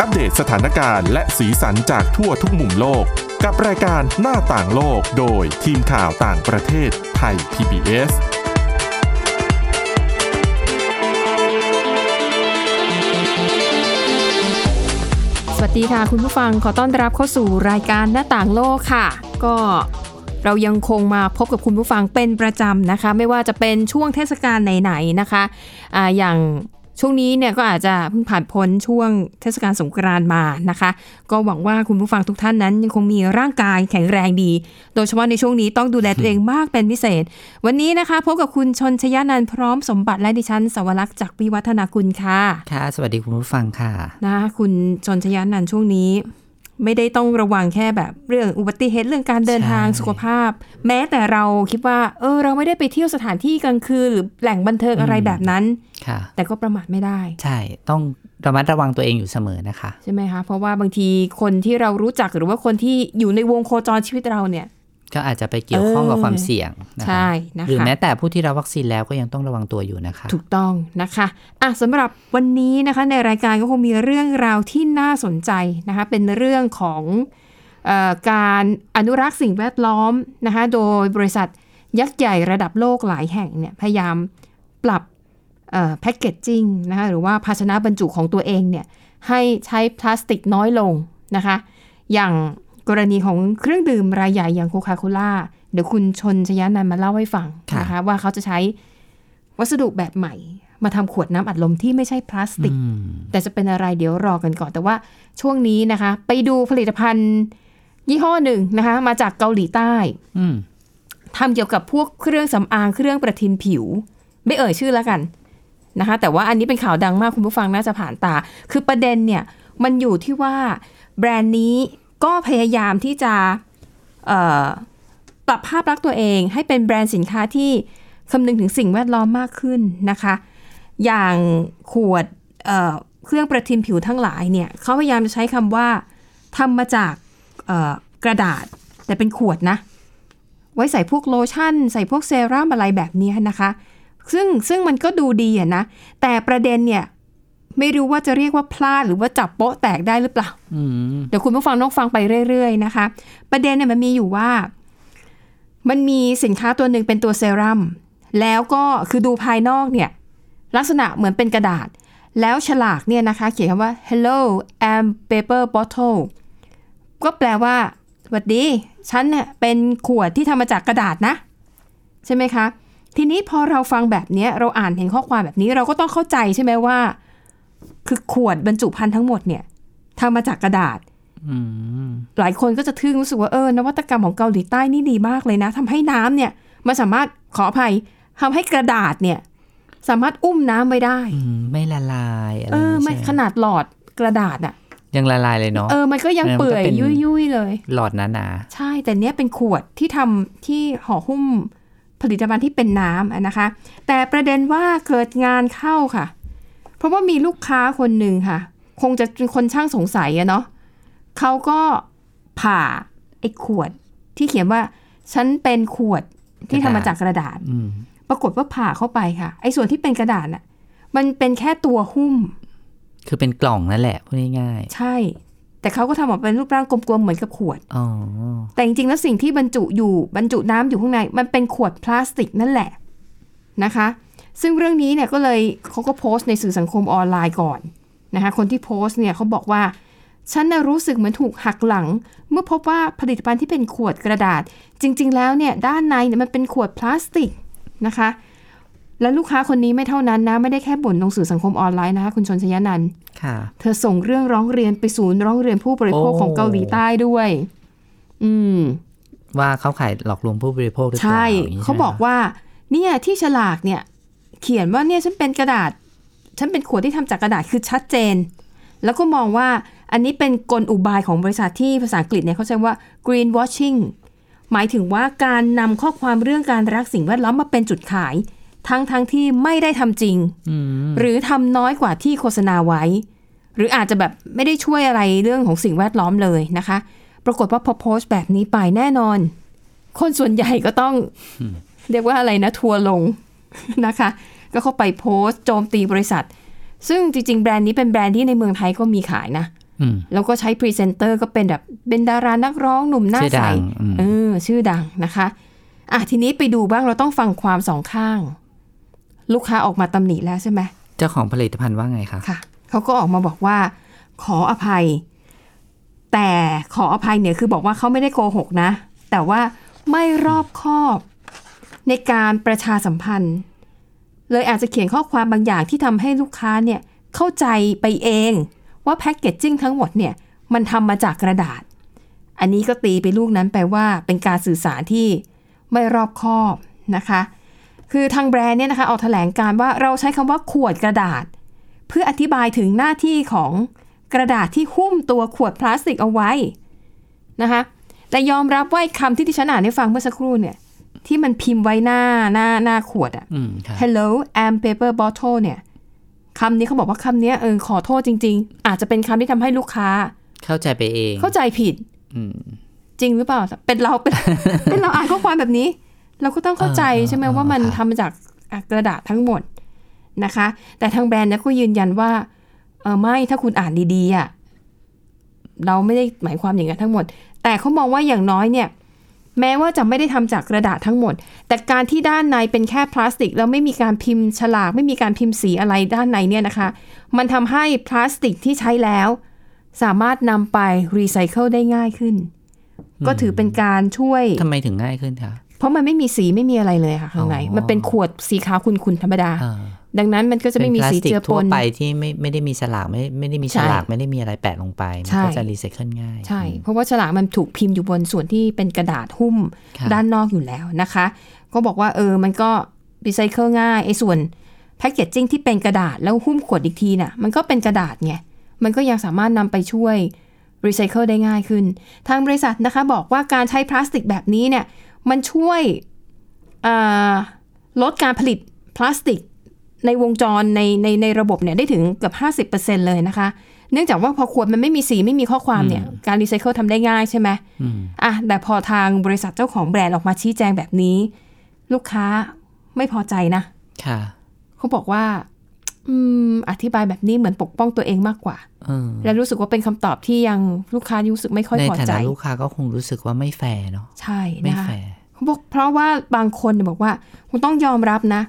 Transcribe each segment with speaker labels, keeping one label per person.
Speaker 1: อัปเดตสถานการณ์และสีสันจากทั่วทุกมุมโลก กับรายการหน้าต่างโลกโดยทีมข่าวต่างประเทศไทย PBS
Speaker 2: สวัสดีค่ะคุณผู้ฟังขอต้อนรับเข้าสู่รายการหน้าต่างโลกค่ะ ก็เรายังคงมาพบกับคุณผู้ฟังเป็นประจำนะคะ ไม่ว่าจะเป็นช่วงเทศกาลไหนๆนะคะอ่าอย่างช่วงนี้เนี่ยก็อาจจะเพิ่งผ่านพ้นช่วงเทศกาลสงกรานต์มานะคะ ก็หวังว่าคุณผู้ฟังทุกท่านนั้นยังคงมีร่างกายแข็งแรงดี โดยเฉพาะในช่วงนี้ต้องดูแลตัวเองมากเป็นพิเศษ วันนี้นะคะพบกับคุณชนชยานันท์พร้อมสมบัติและดิฉันสวรักษ์จากวิวัฒนาคุณค่ะ
Speaker 3: ค่ะ สวัสดีคุณผู้ฟังค่ะ
Speaker 2: นะคุณชนชยานันท์ช่วงนี้ ไม่ได้ต้องระวังแค่แบบเรื่องอุบัติเหตุเรื่องการเดิน
Speaker 3: ใช่
Speaker 2: ทางสุขภาพ แม้แต่เราคิดว่า เออ เราไม่ได้ไปเที่ยวสถานที่กลางคืนหรือแหล่งบันเทิงอะไรแบบนั้น
Speaker 3: ค่ะ
Speaker 2: แต่ก็ประมาทไม่ได้
Speaker 3: ใช่ ต้องระมัดระวังตัวเองอยู่เสมอนะคะ
Speaker 2: ใช่ไหมคะ เพราะว่าบางทีคนที่เรารู้จักหรือว่าคนที่อยู่ในวงโคจรชีวิตเราเนี่ย
Speaker 3: ก็อาจจะไปเกี่ยวข้องกับ
Speaker 2: เออ
Speaker 3: ความเสี่ยงนะคะ
Speaker 2: ใช่นะคะ
Speaker 3: หรือแม้แต่ผู้ที่รับวัคซีนแล้วก็ยังต้องระวังตัวอยู่นะคะ
Speaker 2: ถูกต้องนะคะอ่ะสำหรับวันนี้นะคะ ในรายการก็คงมีเรื่องราวที่น่าสนใจนะคะ เป็นเรื่องของเออการอนุรักษ์สิ่งแวดล้อมนะคะ โดยบริษัทยักษ์ใหญ่ระดับโลกหลายแห่งเนี่ยพยายามปรับแพคเกจจิ้งนะคะหรือว่าภาชนะบรรจุของตัวเองเนี่ยให้ใช้พลาสติกน้อยลงนะคะ อย่างกรณีของเครื่องดื่มรายใหญ่อย่างโคคาโคล่าเดี๋ยวคุณชนชยานันท์มาเล่าให้ฟังนะคะ ว่าเขาจะใช้ วัสดุแบบใหม่ มาทำขวดน้ำอัดลมที่ไม่ใช่พลาสติก
Speaker 3: อืม
Speaker 2: แต่จะเป็นอะไรเดี๋ยวรอกันก่อน แต่ว่าช่วงนี้นะคะ ไปดูผลิตภัณฑ์ ยี่ห้อหนึ่งนะคะ มาจากเกาหลีใต้
Speaker 3: อืม
Speaker 2: ทำเกี่ยวกับพวกเครื่องสำอางเครื่องประทินผิว ไม่เอ่ยชื่อแล้วกันนะคะ แต่ว่าอันนี้เป็นข่าวดังมากคุณผู้ฟังน่าจะผ่านตา คือประเด็นเนี่ย มันอยู่ที่ว่าแบรนด์นี้ก็พยายามที่จะเอ่อปรับภาพลักษณ์ตัวเอง ให้เป็นแบรนด์สินค้าที่คำนึงถึงสิ่งแวดล้อมมากขึ้นนะคะ อย่างขวดเอ่อเครื่องประทินผิวทั้งหลายเนี่ยเขาพยายามจะใช้คำว่าทำมาจากเอ่อกระดาษแต่เป็นขวดนะ ไว้ใส่พวกโลชั่น ใส่พวกเซรั่มอะไรแบบเนี้ยนะคะ ซึ่งซึ่งมันก็ดูดีอะนะ แต่ประเด็นเนี่ย ไม่รู้ว่าจะเรียกว่าพลาดหรือว่าจับโป๊ะแตกได้หรือเปล่า
Speaker 3: อืม
Speaker 2: เดี๋ยวคุณผู้ฟังต้องฟังไปเรื่อยๆนะคะ ประเด็นเนี่ยมันมีอยู่ว่า มันมีสินค้าตัวหนึ่งเป็นตัวเซรั่มแล้วก็คือดูภายนอกเนี่ย ลักษณะเหมือนเป็นกระดาษ แล้วฉลากเนี่ยนะคะ เขียนคำว่า hello am paper bottle ก็แปลว่าสวัสดี ฉันเนี่ยเป็นขวดที่ทำมาจากกระดาษนะ ใช่ไหมคะ ทีนี้พอเราฟังแบบเนี้ยเราอ่านเห็นข้อความแบบนี้เราก็ต้องเข้าใจใช่ไหมว่า คือขวดบรรจุภัณฑ์ทั้งหมดเนี่ยทำมาจากกระดาษ
Speaker 3: อืม
Speaker 2: หลายคนก็จะทึ่งรู้สึกว่าเออนวัตกรรมของเกาหลีใต้นี่ดีมากเลยนะทำให้น้ำเนี่ยมันสามารถขออภัยทำให้กระดาษเนี่ย สามารถอุ้มน้ำไว้ได้
Speaker 3: อืม ไม่ละลายอะไร
Speaker 2: เออไม่
Speaker 3: ใช่ห
Speaker 2: ขนาดหลอดกระดาษอ่ะ
Speaker 3: ยังละลายเลยเนาะ
Speaker 2: เออมันก็ยัง
Speaker 3: เออมันก็
Speaker 2: เปื่อย
Speaker 3: เป็น
Speaker 2: ยุ่ยยุยๆเลย
Speaker 3: หลอดหนา
Speaker 2: ใช่แต่เนี้ยเป็นขวดที่ทำที่ห่อหุ้มผลิตภัณฑ์ที่เป็นน้ำอะนะคะ แต่ประเด็นว่าเกิดงานเข้าค่ะ เพราะว่ามีลูกค้าคนหนึ่งค่ะ คงจะเป็นคนช่างสงสัยอะเนาะเขาก็ผ่าไอ้ขวด ที่เขียนว่า ฉันเป็นขวดที่ทำมาจากกระดาษ
Speaker 3: ๆอืม
Speaker 2: ปรากฏว่าผ่าเข้าไปค่ะ ไอ้ส่วนที่เป็นกระดาษน่ะมันเป็นแค่ตัวหุ้ม
Speaker 3: คือเป็นกล่องนั่นแหละพูดง่าย
Speaker 2: ใช่ แต่เขาก็ทำออกมาเป็นรูปร่างกลมๆเหมือนกับขวด
Speaker 3: ๆอ๋อ
Speaker 2: แต่จริงๆ แล้วสิ่งที่บรรจุอยู่บรรจุน้ำอยู่ข้างใน มันเป็นขวดพลาสติกนั่นแหละนะคะ ซึ่งเรื่องนี้เนี่ยก็เลยเขาก็โพสต์ในสื่อสังคมออนไลน์ก่อนนะคะคนที่โพสต์เนี่ยเขาบอกว่า ฉันน่ะรู้สึกเหมือนถูกหักหลัง เมื่อพบว่าผลิตภัณฑ์ที่เป็นขวดกระดาษ จริง ๆ แล้วเนี่ยด้านในเนี่ยมันเป็นขวดพลาสติกนะคะ และลูกค้าคนนี้ไม่เท่านั้นนะไม่ได้แค่บ่นลงสื่อสังคมออนไลน์นะคะคุณชนชยานันท์
Speaker 3: ค่ะ
Speaker 2: เธอส่งเรื่องร้องเรียนไปศูนย์ร้องเรียนผู้บริโภค
Speaker 3: โอ้
Speaker 2: ของเกาหลีใต้ด้วย อืม
Speaker 3: ว่าเขาขายหลอกลวงผู้บริโภคหรือเปล่า
Speaker 2: ใช่
Speaker 3: ย่งนี้
Speaker 2: เขาบอกว่า เนี่ยที่ฉลากเนี่ย เขียนว่าเนี่ยฉันเป็นกระดาษ ฉันเป็นขวดที่ทำจากกระดาษคือชัดเจน แล้วก็มองว่าอันนี้เป็นกลอุบายของบริษัทที่ภาษาอังกฤษเนี่ยเขาใช้ว่า green washing หมายถึงว่าการนำข้อความเรื่องการรักสิ่งแวดล้อมมาเป็นจุดขาย ทั้งทั้งๆที่ไม่ได้ทำจริง
Speaker 3: อืม
Speaker 2: หรือทำน้อยกว่าที่โฆษณาไว้ หรืออาจจะแบบไม่ได้ช่วยอะไรเรื่องของสิ่งแวดล้อมเลยนะคะ ปรากฏว่าพอโพสต์แบบนี้ไปแน่นอน คนส่วนใหญ่ก็ต้อง เรียกว่าอะไรนะ ทัวร์ลง นะคะ ก็เข้าไปโพสต์โจมตีบริษัท ซึ่งจริง ๆ แบรนด์นี้เป็นแบรนด์ที่ในเมืองไทยก็มีขายนะ
Speaker 3: อืม
Speaker 2: แล้วก็ใช้พรีเซนเตอร์ก็เป็นแบบเป็นดารานักร้องหนุ่มหน้า
Speaker 3: ชื่อ
Speaker 2: ใส
Speaker 3: ดังอืม
Speaker 2: เออ ชื่อดังนะคะอ่ะทีนี้ไปดูบ้างเราต้องฟังความสองข้าง ลูกค้าออกมาตำหนิแล้วใช่ไหม
Speaker 3: เจ้าของผลิตภัณฑ์ว่าไงคะ
Speaker 2: ค่ะเขาก็ออกมาบอกว่า ขออภัย แต่ขออภัยเนี่ยคือบอกว่าเขาไม่ได้โกหกนะ แต่ว่าไม่รอบคอบ ในการประชาสัมพันธ์ เลยอาจจะเขียนข้อความบางอย่างที่ทำให้ลูกค้าเนี่ยเข้าใจไปเอง ว่าแพ็กเกจจิ้งทั้งหมดเนี่ยมันทำมาจากกระดาษ อันนี้ก็ตีไปลูกนั้นแปลว่าเป็นการสื่อสารที่ไม่รอบคอบนะคะ คือทางแบรนด์เนี่ยนะคะออกแถลงการว่าเราใช้คำว่าขวดกระดาษ เพื่ออธิบายถึงหน้าที่ของกระดาษที่หุ้มตัวขวดพลาสติกเอาไว้นะคะ แต่ยอมรับว่าไอ้คำที่ที่ฉันอ่านให้ฟังเมื่อสักครู่เนี่ย ที่มันพิมพ์ไว้หน้าหน้าหน้าขวดอะ
Speaker 3: อืมค่ะ
Speaker 2: Hello I'm paper bottle เนี่ยคำนี้เขาบอกว่าคำเนี้ยเออขอโทษจริง ๆ อาจจะเป็นคำที่ทำให้ลูกค้า
Speaker 3: เข้าใจไปเอง
Speaker 2: เข้าใจผิด
Speaker 3: อืม
Speaker 2: จริงหรือเปล่า เป็นเราเป็น เป็นเราอ่านข้อความแบบนี้ เราก็ต้องเข้าใจ
Speaker 3: เออ
Speaker 2: ใช่ไหม
Speaker 3: เออ
Speaker 2: ว่ามัน
Speaker 3: ครับ
Speaker 2: ทำมาจากอ่ะกระดาษทั้งหมดนะคะ แต่ทางแบรนด์เนี่ยก็ยืนยันว่าเออไม่ถ้าคุณอ่านดีๆอ่ะเราไม่ได้หมายความอย่างนั้นทั้งหมด แต่เขามองว่าอย่างน้อยเนี่ย แม้ว่าจะไม่ได้ทำจากกระดาษทั้งหมด แต่การที่ด้านในเป็นแค่พลาสติก แล้วไม่มีการพิมพ์ฉลาก ไม่มีการพิมพ์สีอะไรด้านในเนี่ยนะคะ มันทำให้พลาสติกที่ใช้แล้ว สามารถนำไปรีไซเคิลได้ง่ายขึ้น ก็ถือเป็นการช่วย
Speaker 3: ทำไมถึงง่ายขึ้นคะ
Speaker 2: เพราะมันไม่มีสีไม่มีอะไรเลยค่ะข้างใน
Speaker 3: อ๋อ
Speaker 2: มันเป็นขวดสีขาวขุ่นๆธรรมดา
Speaker 3: อ่า
Speaker 2: ดังนั้นมันก็จะไม่มี
Speaker 3: ป็นพลา
Speaker 2: สี
Speaker 3: ติก
Speaker 2: เจือป
Speaker 3: ทั่วน ไปที่ไม่ไม่ได้มีฉลากไม่ไม่ได้มีฉลาก
Speaker 2: ใช่
Speaker 3: ไม่ได้มีอะไรแปะลงไปมั
Speaker 2: ใช่
Speaker 3: นก็จะรีไซเคิลง่าย
Speaker 2: ใช่ เพราะว่าฉลากมันถูกพิมพ์อยู่บนส่วนที่เป็นกระดาษหุ้ม
Speaker 3: ค่ะ
Speaker 2: ด้านนอกอยู่แล้วนะคะ ก็บอกว่าเออ มันก็รีไซเคิลง่ายไอ้ส่วนแพคเกจจิ้งที่เป็นกระดาษแล้วหุ้มขวดอีกทีน่ะ มันก็เป็นกระดาษไง มันก็ยังสามารถนำไปช่วยรีไซเคิลได้ง่ายขึ้น ทางบริษัทนะคะบอกว่าการใช้พลาสติกแบบนี้เนี่ย มันช่วยเอ่อลดการผลิตพลาสติกในวงจรในในในระบบเนี่ยได้ถึงเกือบ50%เลยนะคะ เนื่องจากว่าพอขวดมันไม่มีสีไม่มีข้อความเนี่ย การรีไซเคิลทำได้ง่ายใช่ไหม
Speaker 3: อืม
Speaker 2: อ่ะแต่พอทางบริษัทเจ้าของแบรนด์ออกมาชี้แจงแบบนี้ ลูกค้าไม่พอใจนะ
Speaker 3: ค่ะ
Speaker 2: เขาบอกว่า อืม อธิบายแบบนี้เหมือนปกป้องตัวเองมากกว่า
Speaker 3: เออ
Speaker 2: และรู้สึกว่าเป็นคำตอบที่ยังลูกค้ารู้สึกไม่ค่อย
Speaker 3: ใน
Speaker 2: พอ
Speaker 3: ฐา
Speaker 2: ใจ
Speaker 3: นะลูกค้าก็คงรู้สึกว่าไม่แฟร์เนาะ
Speaker 2: ใช่
Speaker 3: ไม่
Speaker 2: นะคะ
Speaker 3: แฟร์
Speaker 2: เขาบอกเพราะว่าบางคนเนี่ยบอกว่า คุณต้องยอมรับนะ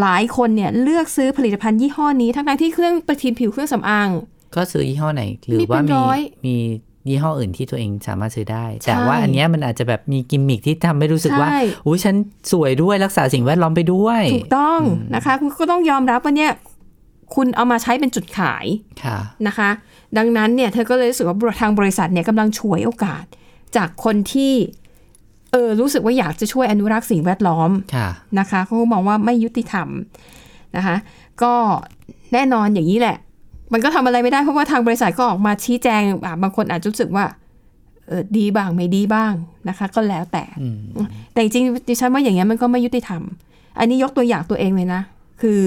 Speaker 2: หลายคนเนี่ยเลือกซื้อผลิตภัณฑ์ยี่ห้อนี้ ทั้งๆที่เครื่องประทินผิวเครื่องสำอาง
Speaker 3: ก็ซื้อยี่ห้อไหน หรือ
Speaker 2: มีเป็น
Speaker 3: ว่ามี
Speaker 2: ร้อย
Speaker 3: มียี่ห้ออื่นที่ตัวเองสามารถซื้อได้ แต่
Speaker 2: ใช่
Speaker 3: ว่าอันเนี้ยมันอาจจะแบบมีกิมมิคที่ทำให้รู้สึกว่า
Speaker 2: ใช่
Speaker 3: อุ้ยฉันสวยด้วยรักษาสิ่งแวดล้อมไปด้วย
Speaker 2: ถูกต้องนะคะ คุณก็ต้องยอมรับว่าเนี่ย คุณเอามาใช้เป็นจุดขาย
Speaker 3: ค่ะ
Speaker 2: นะคะ ดังนั้นเนี่ยเธอก็เลยรู้สึกว่าทางบริษัทเนี่ยกำลังฉวยโอกาส จากคนที่เออรู้สึกว่าอยากจะช่วยอนุรักษ์สิ่งแวดล้อม
Speaker 3: ค่ะ
Speaker 2: นะคะเขาก็มองว่าไม่ยุติธรรมนะคะ ก็แน่นอนอย่างนี้แหละ มันก็ทำอะไรไม่ได้เพราะว่าทางบริษัทก็ออกมาชี้แจงอ่ะบางคนอาจจะรู้สึกว่าเออดีบ้างไม่ดีบ้างนะคะ ก็แล้วแต่
Speaker 3: อืม
Speaker 2: แต่จริงๆดิฉันว่าอย่างเงี้ยมันก็ไม่ยุติธรรม อันนี้ยกตัวอย่างตัวเองเลยนะ คือ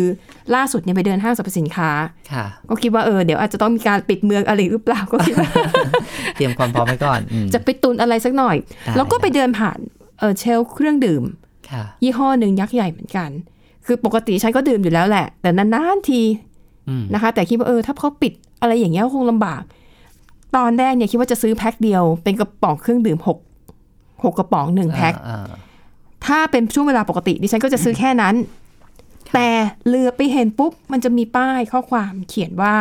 Speaker 2: ล่าสุดเนี่ยไปเดินห้างสรรพสินค้า
Speaker 3: ค่ะ
Speaker 2: ก็คิดว่าเออเดี๋ยวอาจจะต้องมีการปิดเมืองอะไรหรือเปล่าก็คิดว่า
Speaker 3: เตรียมความพร้อมไว้ก่อนอืม
Speaker 2: จะไปตุนอะไรสักหน่อย
Speaker 3: ได้
Speaker 2: แล้วก็ไปเดินผ่านเออเชลฟ์เครื่องดื่ม
Speaker 3: ค่ะ
Speaker 2: ยี่ห้อหนึ่งยักษ์ใหญ่เหมือนกัน คือปกติฉันก็ดื่มอยู่แล้วแหละ แต่นานๆที
Speaker 3: อืม
Speaker 2: นะคะ แต่คิดว่าเออถ้าเขาปิดอะไรอย่างเงี้ยก็คงลำบาก ตอนแรกเนี่ยคิดว่าจะซื้อแพ็คเดียวเป็นกระป๋องเครื่องดื่มหกหกกระป๋องหนึ่งแพ็ค
Speaker 3: อ่าอ่า
Speaker 2: ถ้าเป็นช่วงเวลาปกติดิฉันก็จะซื้อแค่นั้น แต่เลือไปเห็นปุ๊บ มันจะมีป้ายข้อความเขียนว่า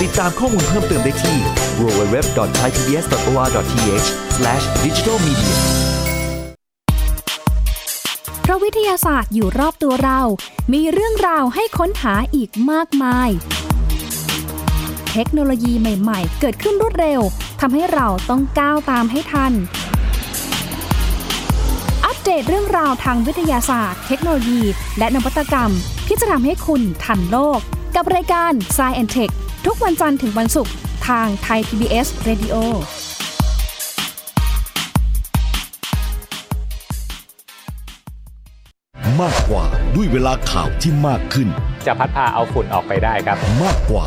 Speaker 4: ติดตามข้อมูลเพิ่มเติมได้ที่ www.thaipbs.or.th/digitalmedia
Speaker 5: เพราะวิทยาศาสตร์อยู่รอบตัวเรา มีเรื่องราวให้ค้นหาอีกมากมาย เทคโนโลยีใหม่ ๆ เกิดขึ้นรวดเร็ว ทำให้เราต้องก้าวตามให้ทัน อัปเดตเรื่องราวทางวิทยาศาสตร์ เทคโนโลยี และนวัตกรรม ที่จะทำให้คุณทันโลก กับรายการ s c i e n t e c h ทุกวันจันทร์ถึงวันศุกร์ทางไทย PBS Radio
Speaker 6: มากกว่าด้วยเวลาข่าวที่มากขึ้น
Speaker 7: จะพัดพาเอาฝุ่นออกไปได้ครับ
Speaker 6: มากกว่า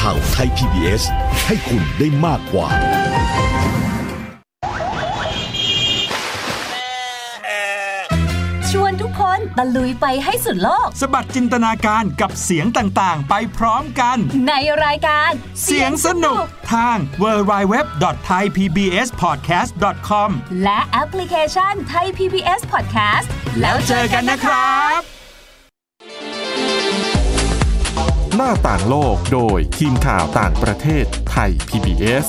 Speaker 6: ข่าวไทย PBS ให้คุณได้มากกว่า
Speaker 8: ชวนทุกคนตะลุยไปให้สุดโลก
Speaker 9: สบัดจินตนาการกับเสียงต่างๆ ไปพร้อมกัน
Speaker 8: ในรายการ
Speaker 9: เสียงสนุกทาง www.thaipbspodcast.com
Speaker 8: และแอปพลิเคชันไทย PBS Podcast แล้ว
Speaker 9: เจ
Speaker 8: เจอ
Speaker 9: อ
Speaker 8: กั
Speaker 9: กัน น
Speaker 8: นะ
Speaker 9: นะค
Speaker 8: ครั
Speaker 9: รับ บ
Speaker 1: หน้าต่างโลกโดยทีมข่าวต่างประเทศไทย PBS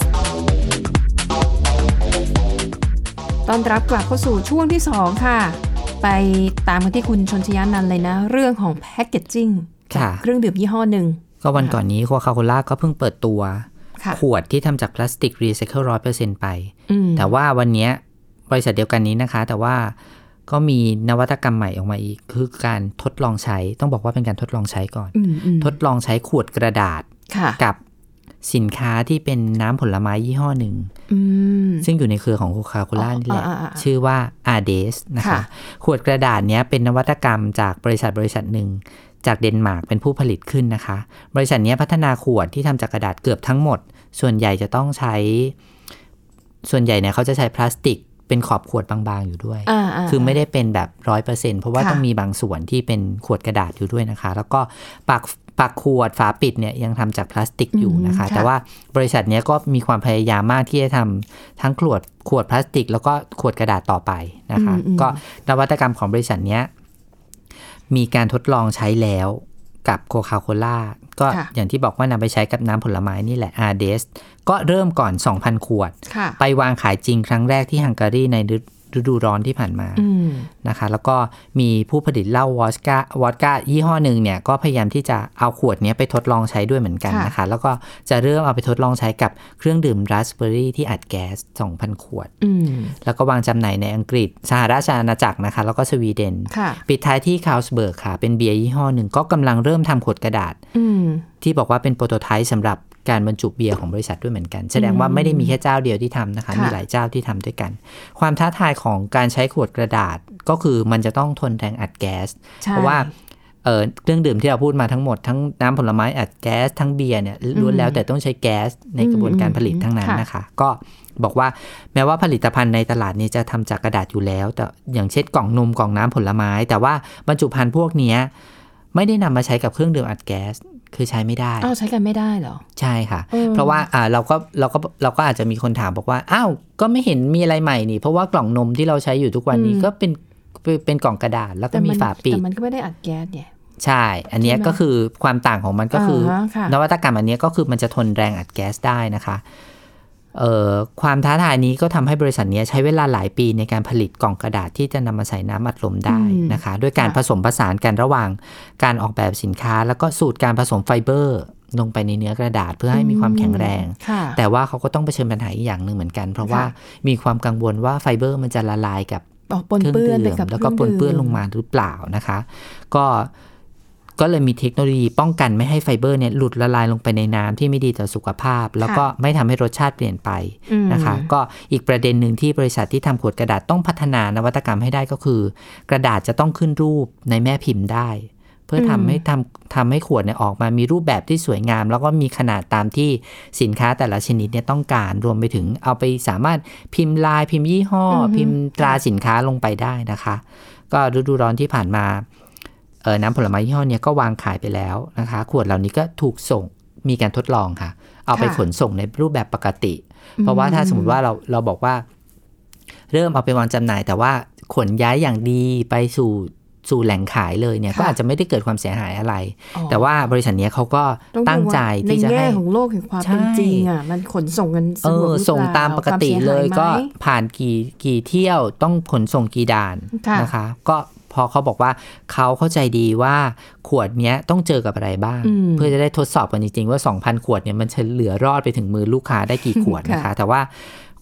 Speaker 2: ต้อนรับกลับเข้าสู่ช่วงที่ 2 ค่ะ ไปตามกันที่คุณชนชยานันท์เลยนะ เรื่องของแพ็กเกจจิ้ง
Speaker 3: ค่ะ
Speaker 2: เครื่องดื่มยี่ห้อหนึ่ง
Speaker 3: ก็วันก่อนนี้โคคาโคล่าก็เพิ่งเปิดตัว
Speaker 2: ค่ะ
Speaker 3: ขวดที่ทำจากพลาสติกรีไซเคิลร้อยเปอร์เซ็นไป
Speaker 2: อืม
Speaker 3: แต่ว่าวันเนี้ยบริษัทเดียวกันนี้นะคะ แต่ว่าก็มีนวัตกรรมใหม่ออกมาอีก คือการทดลองใช้ ต้องบอกว่าเป็นการทดลองใช้ก่อน
Speaker 2: อืมอืม
Speaker 3: ทดลองใช้ขวดกระดาษ
Speaker 2: ค่ะ
Speaker 3: กับสินค้าที่เป็นน้ำผลไม้ยี่ห้อหนึ่ง
Speaker 2: อืม
Speaker 3: ซึ่งอยู่ในเครือของโคคาโคล่า
Speaker 2: อ๋อ
Speaker 3: นี่แหละ
Speaker 2: อ่าอ่าอ่า
Speaker 3: ชื่อว่า a d e s นะคะ
Speaker 2: ค่ะ
Speaker 3: ขวดกระดาษเนี้ยเป็นนวัตกรรมจากบริษัทบริษัทหนึ่ง จากเดนมาร์กเป็นผู้ผลิตขึ้นนะคะ บริษัทเนี้ยพัฒนาขวดที่ทำจากกระดาษเกือบทั้งหมด ส่วนใหญ่จะต้องใช้ ส่วนใหญ่เนี่ยเขาจะใช้พลาสติก เป็นขอบขวดบางๆอยู่ด้วย
Speaker 2: อ่าา
Speaker 3: คือไม่ได้เป็นแบบร้อยเปอร์เซ็นเพราะว่า
Speaker 2: ค่ะ
Speaker 3: ต้องมีบางส่วนที่เป็นขวดกระดาษอยู่ด้วยนะคะ แล้วก็ปาก ปากขวดฝาปิดเนี่ยยังทำจากพลาสติกอยู่นะคะ
Speaker 2: อืมค่ะ
Speaker 3: แต่ว่าบริษัทเนี้ยก็มีความพยายามมากที่จะทำทั้งขวดขวดพลาสติก แล้วก็ขวดกระดาษต่อไปนะคะ
Speaker 2: อืมอืม
Speaker 3: ก็นวัตกรรมของบริษัทเนี้ยมีการทดลองใช้แล้วกับโคคาโคล่าก็
Speaker 2: ค่ะ
Speaker 3: อย่างที่บอกว่านำไปใช้กับน้ำผลไม้นี่แหละอาเดสก็เริ่มก่อน 2,000 ขวด
Speaker 2: ค่ะ
Speaker 3: ไปวางขายจริงครั้งแรกที่ฮังการีในฤดูร้อนที่ผ่านมา
Speaker 2: อืม
Speaker 3: นะคะแล้วก็มีผู้ผลิตเหล้าวอสกาวอดก้ายี่ห้อหนึ่งเนี่ยก็พยายามที่จะเอาขวดเนี้ยไปทดลองใช้ด้วยเหมือนกัน
Speaker 2: ค่ะ
Speaker 3: นะคะ แล้วก็จะเริ่มเอาไปทดลองใช้กับเครื่องดื่มราสเบอร์รี่ที่อัดแก๊ส 2,000 ขวด
Speaker 2: อืม
Speaker 3: แล้วก็วางจำหน่ายในอังกฤษ สหราชอาณาจักรนะคะ แล้วก็สวีเดน
Speaker 2: ค่ะ
Speaker 3: ปิดท้ายที่คาวสเบิร์กค่ะ เป็นเบียร์ยี่ห้อหนึ่งก็กำลังเริ่มทำขวดกระดาษ
Speaker 2: อืม
Speaker 3: ที่บอกว่าเป็นโปรโตไทป์สำหรับการบรรจุเบียร์ของบริษัทด้วยเหมือนกัน แสดงว่าไม่ได้มีแค่เจ้าเดียวที่ทำนะคะ
Speaker 2: ค่ะ
Speaker 3: มีหลายเจ้าที่ทำด้วยกัน ความท้าทายของการใช้ขวดกระดาษก็คือมันจะต้องทนแรงอัดแก๊ส
Speaker 2: ใช่
Speaker 3: เพราะว่าเอ่อเครื่องดื่มที่เราพูดมาทั้งหมดทั้งน้ำผลไม้อัดแก๊สทั้งเบียร์เนี่ยล้วนแล้วแต่ต้องใช้แก๊สในกระบวนการผลิตทั้งนั้นนะคะ ก็บอกว่าแม้ว่าผลิตภัณฑ์ในตลาดนี้จะทำจากกระดาษอยู่แล้ว แต่อย่างเช่นกล่องนมกล่องน้ำผลไม้ แต่ว่าบรรจุภัณฑ์พวกเนี้ยไม่ได้นำมาใช้กับเครื่องดื่มอัดแก๊สคือใช้ไม่ได้
Speaker 2: อ้าวใช้กันไม่ได้เหรอ
Speaker 3: ใช่ค่ะ
Speaker 2: เออ
Speaker 3: เพราะว่าอ่าเราก็เราก็เราก็อาจจะมีคนถามบอกว่า อ้าว ก็ไม่เห็นมีอะไรใหม่นี่ เพราะว่ากล่องนมที่เราใช้อยู่ทุกวันนี้
Speaker 2: อืม
Speaker 3: ก็เป็นเป็นเป็นกล่องกระดาษ แล้วก็มี
Speaker 2: มั
Speaker 3: ฝาปิด
Speaker 2: แต่มันก็ไม่ได้อัดแก๊สเนี่ย
Speaker 3: ใช่ อันเนี้ย
Speaker 2: ใช่ไหม
Speaker 3: ก็คือความต่างของมันก็คืออา
Speaker 2: ฮะค่ะ
Speaker 3: นวัตกรรมอันเนี้ยก็คือมันจะทนแรงอัดแก๊สได้นะคะ เอ่อความท้าทายนี้ก็ทำให้บริษัทเนี้ยใช้เวลาหลายปีในการผลิตกล่องกระดาษที่จะนำมาใส่น้ำอัดลมได้นะคะ ด้วยการผสมผสานกันระหว่างการออกแบบสินค้า แล้วก็สูตรการผสมไฟเบอร์ ลงไปในเนื้อกระดาษเพื่อให้มีความแข็งแรง
Speaker 2: ค่ะ
Speaker 3: แต่ว่าเขาก็ต้องเผชิญปัญหาอีกอย่างหนึ่งเหมือนกัน เพราะว่า
Speaker 2: ค่ะ
Speaker 3: มีความกังวลว่าไฟเบอร์มันจะละลายกับ
Speaker 2: อ๋อปนเปื้อนไปกับ
Speaker 3: แล้วก็ปนเปื้อนลงมาหรือเปล่านะคะ ก็ก็เลยมีเทคโนโลยีป้องกันไม่ให้ไฟเบอร์เนี่ยหลุดละลายลงไปในน้ำที่ไม่ดีต่อสุขภาพ แล้วก็ไม่ทำให้รสชาติเปลี่ยนไปนะคะ ก็อีกประเด็นหนึ่งที่บริษัทที่ทำขวดกระดาษต้องพัฒนานวัตกรรมให้ได้ก็คือ กระดาษจะต้องขึ้นรูปในแม่พิมพ์ได้ เพื่อทำให้ทำทำให้ขวดเนี่ยออกมามีรูปแบบที่สวยงาม แล้วก็มีขนาดตามที่สินค้าแต่ละชนิดเนี่ยต้องการรวมไปถึงเอาไปสามารถพิมพ์ลายพิมพ์ยี่ห้อ พิมพ์ตราสินค้าลงไปได้นะคะ ก็ฤดูร้อนที่ผ่านมาเออน้ำผลไม้ยี่ห้อเนี่ยก็วางขายไปแล้วนะคะ ขวดเหล่านี้ก็ถูกส่งมีการทดลองค่ะ เอาไป
Speaker 2: ค่ะ
Speaker 3: ขนส่งในรูปแบบปกติ เพราะว่าถ้าสมมติว่าเราเราบอกว่า เริ่มเอาไปวางจำหน่าย แต่ว่าขนย้ายอย่างดีไปสู่สู่แหล่งขายเลยเนี่ย
Speaker 2: ค่ะ
Speaker 3: ก็อาจจะไม่ได้เกิดความเสียหายอะไร
Speaker 2: อ๋อ
Speaker 3: แต่ว่าบริษัทเนี้ยเขาก็
Speaker 2: อดู
Speaker 3: ตั้งใจ
Speaker 2: ว่า
Speaker 3: ที่จะ
Speaker 2: ในแง่
Speaker 3: ให้
Speaker 2: ของโลกแห่งความเป็นจริงอ่ะ มันขนส่งกัน
Speaker 3: เอ
Speaker 2: สะดวกหรือ
Speaker 3: อ
Speaker 2: เปล่า
Speaker 3: ส่งตามปกติเลยก็ผ่านกี่กี่เที่ยวต้องขนส่งกี่ด่าน
Speaker 2: ค่ะ
Speaker 3: นะคะ ก็พอเขาบอกว่าเขาเข้าใจดีว่าขวดเนี้ยต้องเจอกับอะไรบ้าง
Speaker 2: อืม
Speaker 3: เพื่อจะได้ทดสอบกันจริง ๆ ว่า 2,000 ขวดเนี่ยมันจะเหลือรอดไปถึงมือลูกค้าได้กี่ขวดนะคะ
Speaker 2: ค่ะ
Speaker 3: แต่ว่า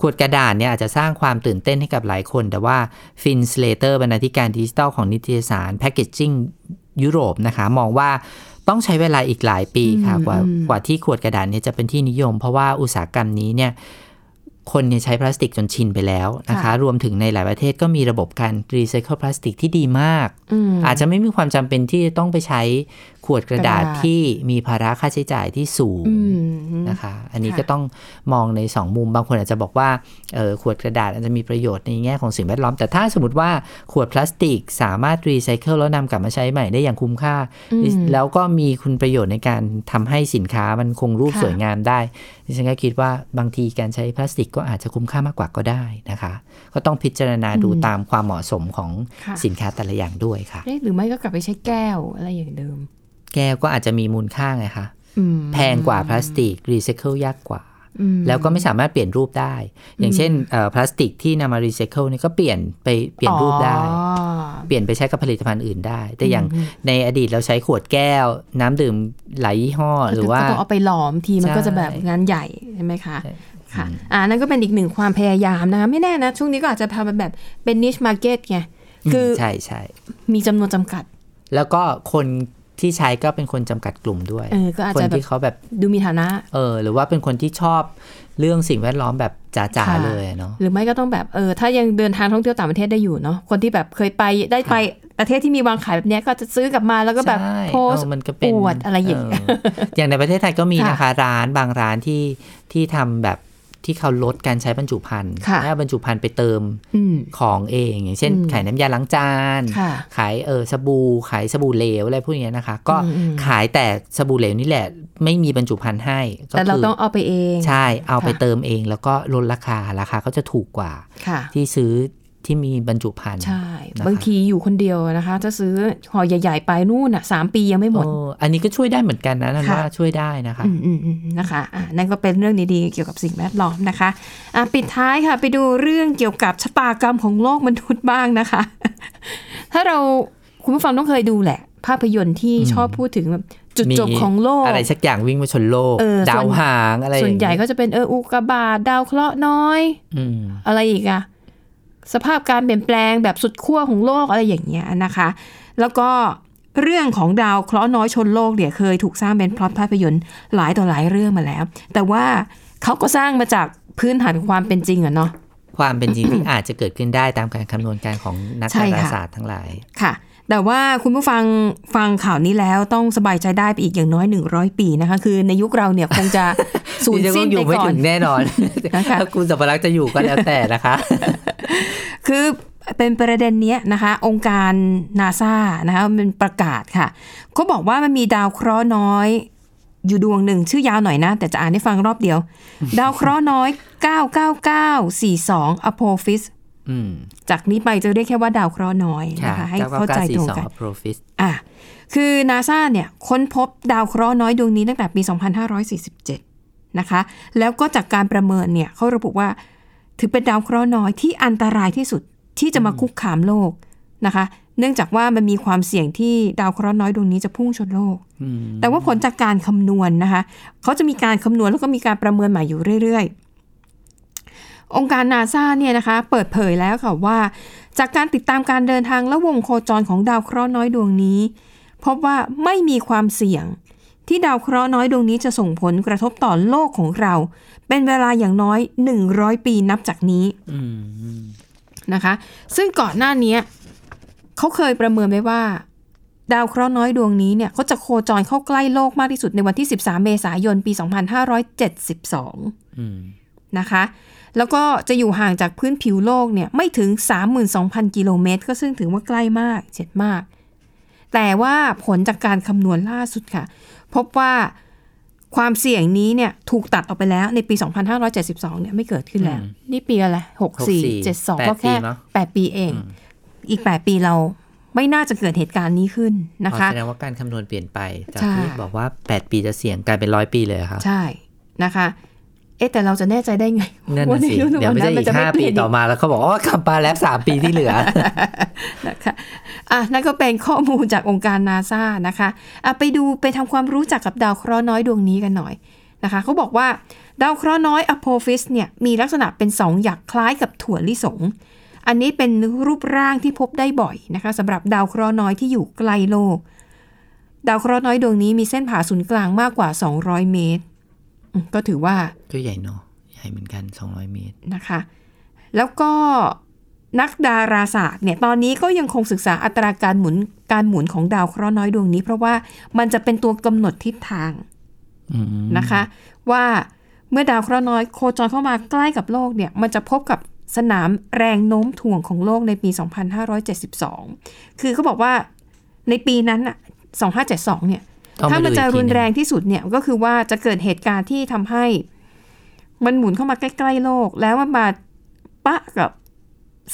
Speaker 3: ขวดกระดาษเนี่ยอาจจะสร้างความตื่นเต้นให้กับหลายคน แต่ว่าฟินสเลเตอร์บรรณาธิการดิจิทัลของนิตยสารแพคเกจจิ้งยุโรปนะคะ มองว่าต้องใช้เวลาอีกหลายปีค่ะกว่า
Speaker 2: อืม
Speaker 3: กว่าที่ขวดกระดาษเนี่ยจะเป็นที่นิยม เพราะว่าอุตสาหกรรมนี้เนี่ยคนเนี่ยใช้พลาสติกจนชินไปแล้วนะคะ
Speaker 2: ค่ะ
Speaker 3: รวมถึงในหลายประเทศก็มีระบบการรีไซเคิลพลาสติกที่ดีมาก
Speaker 2: อืม
Speaker 3: อาจจะไม่มีความจำเป็นที่จะต้องไปใช้ขวดกระดาษ
Speaker 2: กระดาษ
Speaker 3: ที่มีภาระค่าใช้จ่ายที่สูง
Speaker 2: อืม
Speaker 3: นะคะ อันนี้
Speaker 2: ค่ะ
Speaker 3: ก็ต้องมองใน 2 มุม บางคนอาจจะบอกว่าเอ่อขวดกระดาษอาจจะมีประโยชน์ในแง่ของสิ่งแวดล้อม แต่ถ้าสมมติว่าขวดพลาสติกสามารถรีไซเคิลแล้วนำกลับมาใช้ใหม่ได้อย่างคุ้มค่า แล้วก็มีคุณประโยชน์ในการทำให้สินค้ามันคงรูปสวยงามได้ ดิฉันก็คิดว่าบางทีการใช้พลาสติกก็อาจจะคุ้มค่ามากกว่าก็ได้นะคะ ก็ต้องพิจารณาดูตามความเหมาะสมของ
Speaker 2: ค่ะ
Speaker 3: สินค้าแต่ละอย่างด้วยค่ะ
Speaker 2: เอ๊ะหรือไม่ก็กลับไปใช้แก้วอะไรอย่างเดิม
Speaker 3: แก้วก็อาจจะมีมูลค่าไงคะ
Speaker 2: อืม
Speaker 3: แพงกว่าพลาสติกรีไซเคิลยากกว่า
Speaker 2: อืม
Speaker 3: แล้วก็ไม่สามารถเปลี่ยนรูปได้ อย่างเช่นเอ่อพลาสติกที่นำมารีไซเคิลนี่ก็เปลี่ยนไปเปลี่ยนรูปได้
Speaker 2: อ๋อ
Speaker 3: เปลี่ยนไปใช้กับผลิตภัณฑ์อื่นได้ แต่อย่างในอดีตเราใช้ขวดแก้ว น้ำดื่มหลายยี่ห้อ หรือว่า
Speaker 2: ก็ต้องเอาไปหลอมทีมันก็จะแบบ
Speaker 3: ใช่
Speaker 2: งานใหญ่ใช่ไหมคะ
Speaker 3: ใช่
Speaker 2: ค่ะ อ่านั่นก็เป็นอีกหนึ่งความพยายามนะคะไม่แน่นะ ช่วงนี้ก็อาจจะทำเป็นแบบเป็นนิชมาร์เก็ตไง คือ
Speaker 3: ใช่ใช่
Speaker 2: มีจำนวนจำกัด
Speaker 3: แล้วก็คนที่ใช้ก็เป็นคนจำกัดกลุ่มด้วย
Speaker 2: เออก็อาจ
Speaker 3: คน
Speaker 2: จะแบบ
Speaker 3: ที่เขาแบบ
Speaker 2: ดูมีฐานะ
Speaker 3: เออหรือว่าเป็นคนที่ชอบเรื่องสิ่งแวดล้อมแบบจ๋า
Speaker 2: ค่ะ
Speaker 3: ๆเลยอะเนาะ
Speaker 2: หรือไม่ก็ต้องแบบเออถ้ายังเดินทางท่องเที่ยวต่างประเทศได้อยู่เนาะคนที่แบบเคยไปได้ไปประเทศที่มีวางขายแบบเนี้ยก็จะซื้อกลับมาแล้วก็แบบ
Speaker 3: ใช่
Speaker 2: โพสต์
Speaker 3: เออมันก็เป็น
Speaker 2: อวดอะไรอย่างเงี้ย
Speaker 3: เอออย่างในประเทศไทยก็มี
Speaker 2: ค่ะ
Speaker 3: นะคะร้านบางร้านที่ที่ทำแบบ ที่เขาลดการใช้บรรจุภัณฑ์
Speaker 2: ค่ะ
Speaker 3: ให้เอาบรรจุภัณฑ์ไปเติม
Speaker 2: อืม
Speaker 3: ของเอง อย่างเช่น
Speaker 2: อืม
Speaker 3: ขายน้ำยาล้างจาน
Speaker 2: ค่ะ
Speaker 3: ขายเออสบู่ขายสบู่เหลวอะไรพวกเนี้ยนะคะ ก็
Speaker 2: อืมอืม
Speaker 3: ขายแต่สบู่เหลวนี่แหละ ไม่มีบรรจุภัณฑ์ให้ก็
Speaker 2: แต่เรา
Speaker 3: คื
Speaker 2: ต้องเอาไปเอง
Speaker 3: ใช่ เอาไป
Speaker 2: ค่ะ
Speaker 3: เติมเองแล้วก็ลดราคา ราคาก็จะถูกกว่า
Speaker 2: ค่ะ
Speaker 3: ที่ซื้อที่มีบรรจุภัณฑ์
Speaker 2: ใช่
Speaker 3: นะคะ
Speaker 2: บางทีอยู่คนเดียวนะคะ จะซื้อห่อใหญ่ ๆ ไปนู่นอ่ะสามปียังไม่หมด
Speaker 3: เอออันนี้ก็ช่วยได้เหมือนกันนะนั่น
Speaker 2: ค่ะ
Speaker 3: ว่าช่วยได้นะคะ
Speaker 2: อืมอืมอืมนะคะอ่ะนั่นก็เป็นเรื่องดีๆเกี่ยวกับสิ่งแวดล้อมนะคะอ่ะปิดท้ายค่ะ ไปดูเรื่องเกี่ยวกับชะตากรรมของโลกมนุษย์บ้างนะคะ ถ้าเราคุณผู้ฟังต้องเคยดูแหละ ภาพยนตร์ที่
Speaker 3: อืม
Speaker 2: ชอบพูดถึงแบบจุดจบ
Speaker 3: มี
Speaker 2: ของโลก
Speaker 3: อะไรสักอย่างวิ่งมาชนโลก
Speaker 2: เออ
Speaker 3: ดา
Speaker 2: ส่
Speaker 3: ว
Speaker 2: วน
Speaker 3: หางอะไร
Speaker 2: ส่วนใหญ่
Speaker 3: อย่างเงี้ย
Speaker 2: ก็จะเป็นเอออุกกาบาตดาวเคราะห์น้อย
Speaker 3: อืม
Speaker 2: อะไรอีกอะสภาพการเปลี่ยนแปลงแบบสุดขั้วของโลกอะไรอย่างเงี้ยนะคะ แล้วก็เรื่องของดาวเคราะห์น้อยชนโลกเนี่ยเคยถูกสร้างเป็นพล็อตภาพยนตร์หลายต่อหลายเรื่องมาแล้ว แต่ว่าเขาก็สร้างมาจากพื้นฐานของความเป็นจริงอะเนาะ
Speaker 3: ความเป็นจริงที่อาจจะเกิดขึ้นได้ตามการคำนวณการของนัก
Speaker 2: ใช่
Speaker 3: ดา
Speaker 2: ค่ะ
Speaker 3: ราศาสตร์ทั้งหลาย
Speaker 2: ค่ะ แต่ว่าคุณผู้ฟังฟังข่าวนี้แล้วต้องสบายใจได้ไปอีกอย่างน้อย 100 ปีนะคะ คือในยุคเราเนี่ยคงจะ สูญ
Speaker 3: ดิฉั
Speaker 2: สิ้น
Speaker 3: ก็อ
Speaker 2: ไป
Speaker 3: ยู่ไม่
Speaker 2: ก่อ
Speaker 3: ถึ
Speaker 2: น
Speaker 3: งแน่นอน
Speaker 2: นะคะ
Speaker 3: ถ้าคุณสัมภาระจะอยู่ก็แล้วแต่นะคะ
Speaker 2: คือเป็นประเด็นเนี้ยนะคะ องค์การนาซานะคะมันประกาศค่ะเขาบอกว่ามันมีดาวเคราะห์น้อย อยู่ดวงหนึ่งชื่อยาวหน่อยนะ แต่จะอ่านให้ฟังรอบ เดียว ดาวเคราะห์น้อย 99942 Apophis
Speaker 3: อืม
Speaker 2: จากนี้ไปจะเรียกแค่ว่าดาวเคราะห์น้อย
Speaker 3: ค่ะ
Speaker 2: นะคะให้
Speaker 3: ก้ก้
Speaker 2: เข้าใจ
Speaker 3: สี่
Speaker 2: ตรง
Speaker 3: สอ
Speaker 2: กัน
Speaker 3: โปรฟิส
Speaker 2: อ่ะ คือนาซาเนี่ยค้นพบดาวเคราะห์น้อยดวงนี้ตั้งแต่ปี 2547 นะคะ แล้วก็จากการประเมินเนี่ยเขาระบุว่า ถือเป็นดาวเคราะห์น้อยที่อันตรายที่สุดที่จะมาคุกคามโลกนะคะ เนื่องจากว่ามันมีความเสี่ยงที่ดาวเคราะห์น้อยดวงนี้จะพุ่งชนโลก
Speaker 3: อืม
Speaker 2: แต่ว่าผลจากการคำนวณนะคะ เขาจะมีการคำนวณแล้วก็มีการประเมินใหม่อยู่เรื่อย ๆ องค์การนาซาเนี่ยนะคะ เปิดเผยแล้วค่ะว่า จากการติดตามการเดินทางและวงโคจรของดาวเคราะห์น้อยดวงนี้ พบว่าไม่มีความเสี่ยง ที่ดาวเคราะห์น้อยดวงนี้จะส่งผลกระทบต่อโลกของเรา เป็นเวลาอย่างน้อย 100 ปีนับจากนี้
Speaker 3: อืม
Speaker 2: นะคะ ซึ่งก่อนหน้าเนี้ยเขาเคยประเมินไว้ว่า ดาวเคราะห์น้อยดวงนี้เนี่ยเขาจะโคจรเข้าใกล้โลกมากที่สุดในวันที่ 13 เมษายน ปี 2572
Speaker 3: อืม
Speaker 2: นะคะ แล้วก็จะอยู่ห่างจากพื้นผิวโลกเนี่ยไม่ถึง 32,000 กิโลเมตร ก็ซึ่งถือว่าใกล้มากเจ็ดมาก แต่ว่าผลจากการคำนวณล่าสุดค่ะ พบว่าความเสี่ยงนี้เนี่ยถูกตัดออกไปแล้วในปี 2572 เนี่ยไม่เกิดขึ้นแล้ว นี่ปีอะไร64 72 ก็แค่ 8 ปีเอง อีก 8 ปีเราไม่น่าจะเกิดเหตุการณ์นี้ขึ้นนะคะ
Speaker 3: แสดงว่าการคำนวณเปลี่ยนไป จาก
Speaker 2: ใช่
Speaker 3: ที่บอกว่า 8 ปีจะเสี่ยงกลายเป็นร้อยปีเลยเหรอค่ะ
Speaker 2: ใช่นะคะ เอ๊ะแต่เราจะแน่ใจได้ไง
Speaker 3: นั่น
Speaker 2: ว่าใน
Speaker 3: น่ะสิ
Speaker 2: ฤดู
Speaker 3: เดี๋ยวไม่
Speaker 2: นั้
Speaker 3: ใช่
Speaker 2: น
Speaker 3: อี
Speaker 2: มัน
Speaker 3: ก
Speaker 2: จะไม่
Speaker 3: ห้า
Speaker 2: เป
Speaker 3: ปี
Speaker 2: ลี่ยน
Speaker 3: ต่อมาแล้วเขาบอกอ๋อกลับมาแล้วสามปีที่เหลือ
Speaker 2: นะคะอ่ะนั่นก็เป็นข้อมูลจากองค์การนาซานะคะอ่ะไปดูไปทำความรู้จักกับดาวเคราะห์น้อยดวงนี้กันหน่อยนะคะเขาบอกว่าดาวเคราะห์น้อยอโพฟิสเนี่ยมีลักษณะเป็นสองหยักคล้ายกับถั่วลิสง อันนี้เป็นรูปร่างที่พบได้บ่อยนะคะสำหรับดาวเคราะห์น้อยที่อยู่ไกลโลก ดาวเคราะห์น้อยดวงนี้มีเส้นผ่าศูนย์กลางมากกว่า 200 เมตรอืมก็ถือว่า
Speaker 3: ก็ใหญ่เนาะใหญ่เหมือนกัน 200 เมตร
Speaker 2: นะคะแล้วก็นักดาราศาสตร์เนี่ยตอนนี้ก็ยังคงศึกษาอัตราการหมุนการหมุนของดาวเคราะห์น้อยดวงนี้ เพราะว่ามันจะเป็นตัวกำหนดทิศทาง
Speaker 3: อืม
Speaker 2: นะคะว่าเมื่อดาวเคราะห์น้อยโคจรเข้ามาใกล้กับโลกเนี่ยมันจะพบกับสนามแรงโน้มถ่วงของโลกในปี 2572 คือเขาบอกว่าในปีนั้นอะ2572เนี่ย
Speaker 3: ต้อง
Speaker 2: ถ้า
Speaker 3: ไป
Speaker 2: มัน
Speaker 3: ดู
Speaker 2: จะ
Speaker 3: อีกที
Speaker 2: รุนแรง
Speaker 3: ห
Speaker 2: ที่สุดเนี่ยก็คือว่าจะเกิดเหตุการณ์ที่ทำให้ มันหมุนเข้ามาใกล้ๆโลก แล้วมันมาปะกับ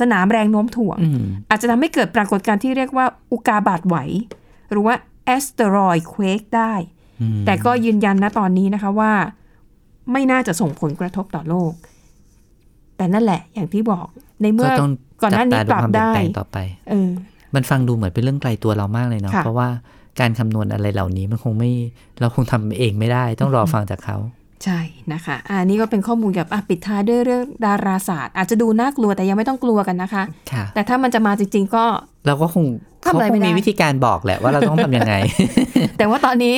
Speaker 2: สนามแรงโน้มถ่วง
Speaker 3: อืม
Speaker 2: อาจจะทำให้เกิดปรากฏการณ์ที่เรียกว่าอุกาบาตไหว หรือว่า asteroid quake ได้
Speaker 3: อืม
Speaker 2: แต่ก็ยืนยันนะตอนนี้นะคะว่า ไม่น่าจะส่งผลกระทบต่อโลก แต่นั่นแหละ อย่างที่บอกในเมื่อ
Speaker 3: ก็ต้อง
Speaker 2: ก่อนหน้านี้
Speaker 3: จั
Speaker 2: ปรับ
Speaker 3: ตดูควมเยน
Speaker 2: ได้
Speaker 3: แปลงต่อไป
Speaker 2: เออ
Speaker 3: มันฟังดูเหมือนเป็นเรื่องไกลตัวเรามากเลยเนาะ
Speaker 2: ค่ะ
Speaker 3: เพราะว่าการคำนวณอะไรเหล่านี้มันคงไม่เราคงทำเองไม่ได้ ต้องรอฟังจากเขา
Speaker 2: ใช่นะคะอะอันนี้ก็เป็นข้อมูลกับอ่ะปิดท้ายด้วยเรื่องดาราศาสตร์ อาจจะดูน่ากลัวแต่ยังไม่ต้องกลัวกันนะคะ
Speaker 3: ค่ะ
Speaker 2: แต่ถ้ามันจะมาจริง ๆ ก็
Speaker 3: เราก็คง
Speaker 2: ทำ
Speaker 3: เขา
Speaker 2: อะไร
Speaker 3: ค
Speaker 2: ไม่
Speaker 3: ง
Speaker 2: ได้
Speaker 3: มีวิธีการบอกแหละว่าเราต้องทำยั งไง
Speaker 2: แต่ว่าตอนนี้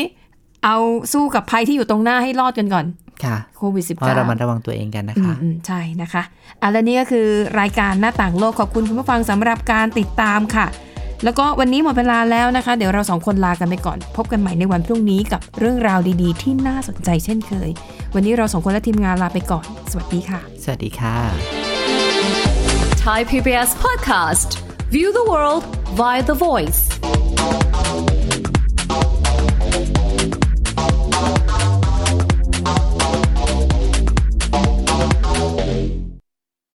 Speaker 2: เอาสู้กับภัยที่อยู่ตรงหน้าให้รอดกันก่อน
Speaker 3: ค่ะ
Speaker 2: โควิด -19
Speaker 3: เพราะเรามาระวังตัวเองกันนะ
Speaker 2: อื
Speaker 3: คะ
Speaker 2: มอืมใช่นะคะอ่ะและนี่ก็คือรายการหน้าต่างโลกขอบคุณคุณผู้ฟังสำหรับการติดตามค่ะ แล้วก็วันนี้หมดเวลาแล้วนะคะ เดี๋ยวเราสองคนลากันไปก่อน พบกันใหม่ในวันพรุ่งนี้กับเรื่องราวดีๆ ที่น่าสนใจเช่นเคย วันนี้เราสองคนและทีมงานลาไปก่อน สวัสดีค่ะ
Speaker 3: สวัสดีค่ะ
Speaker 8: Thai PBS podcast View the world via the voice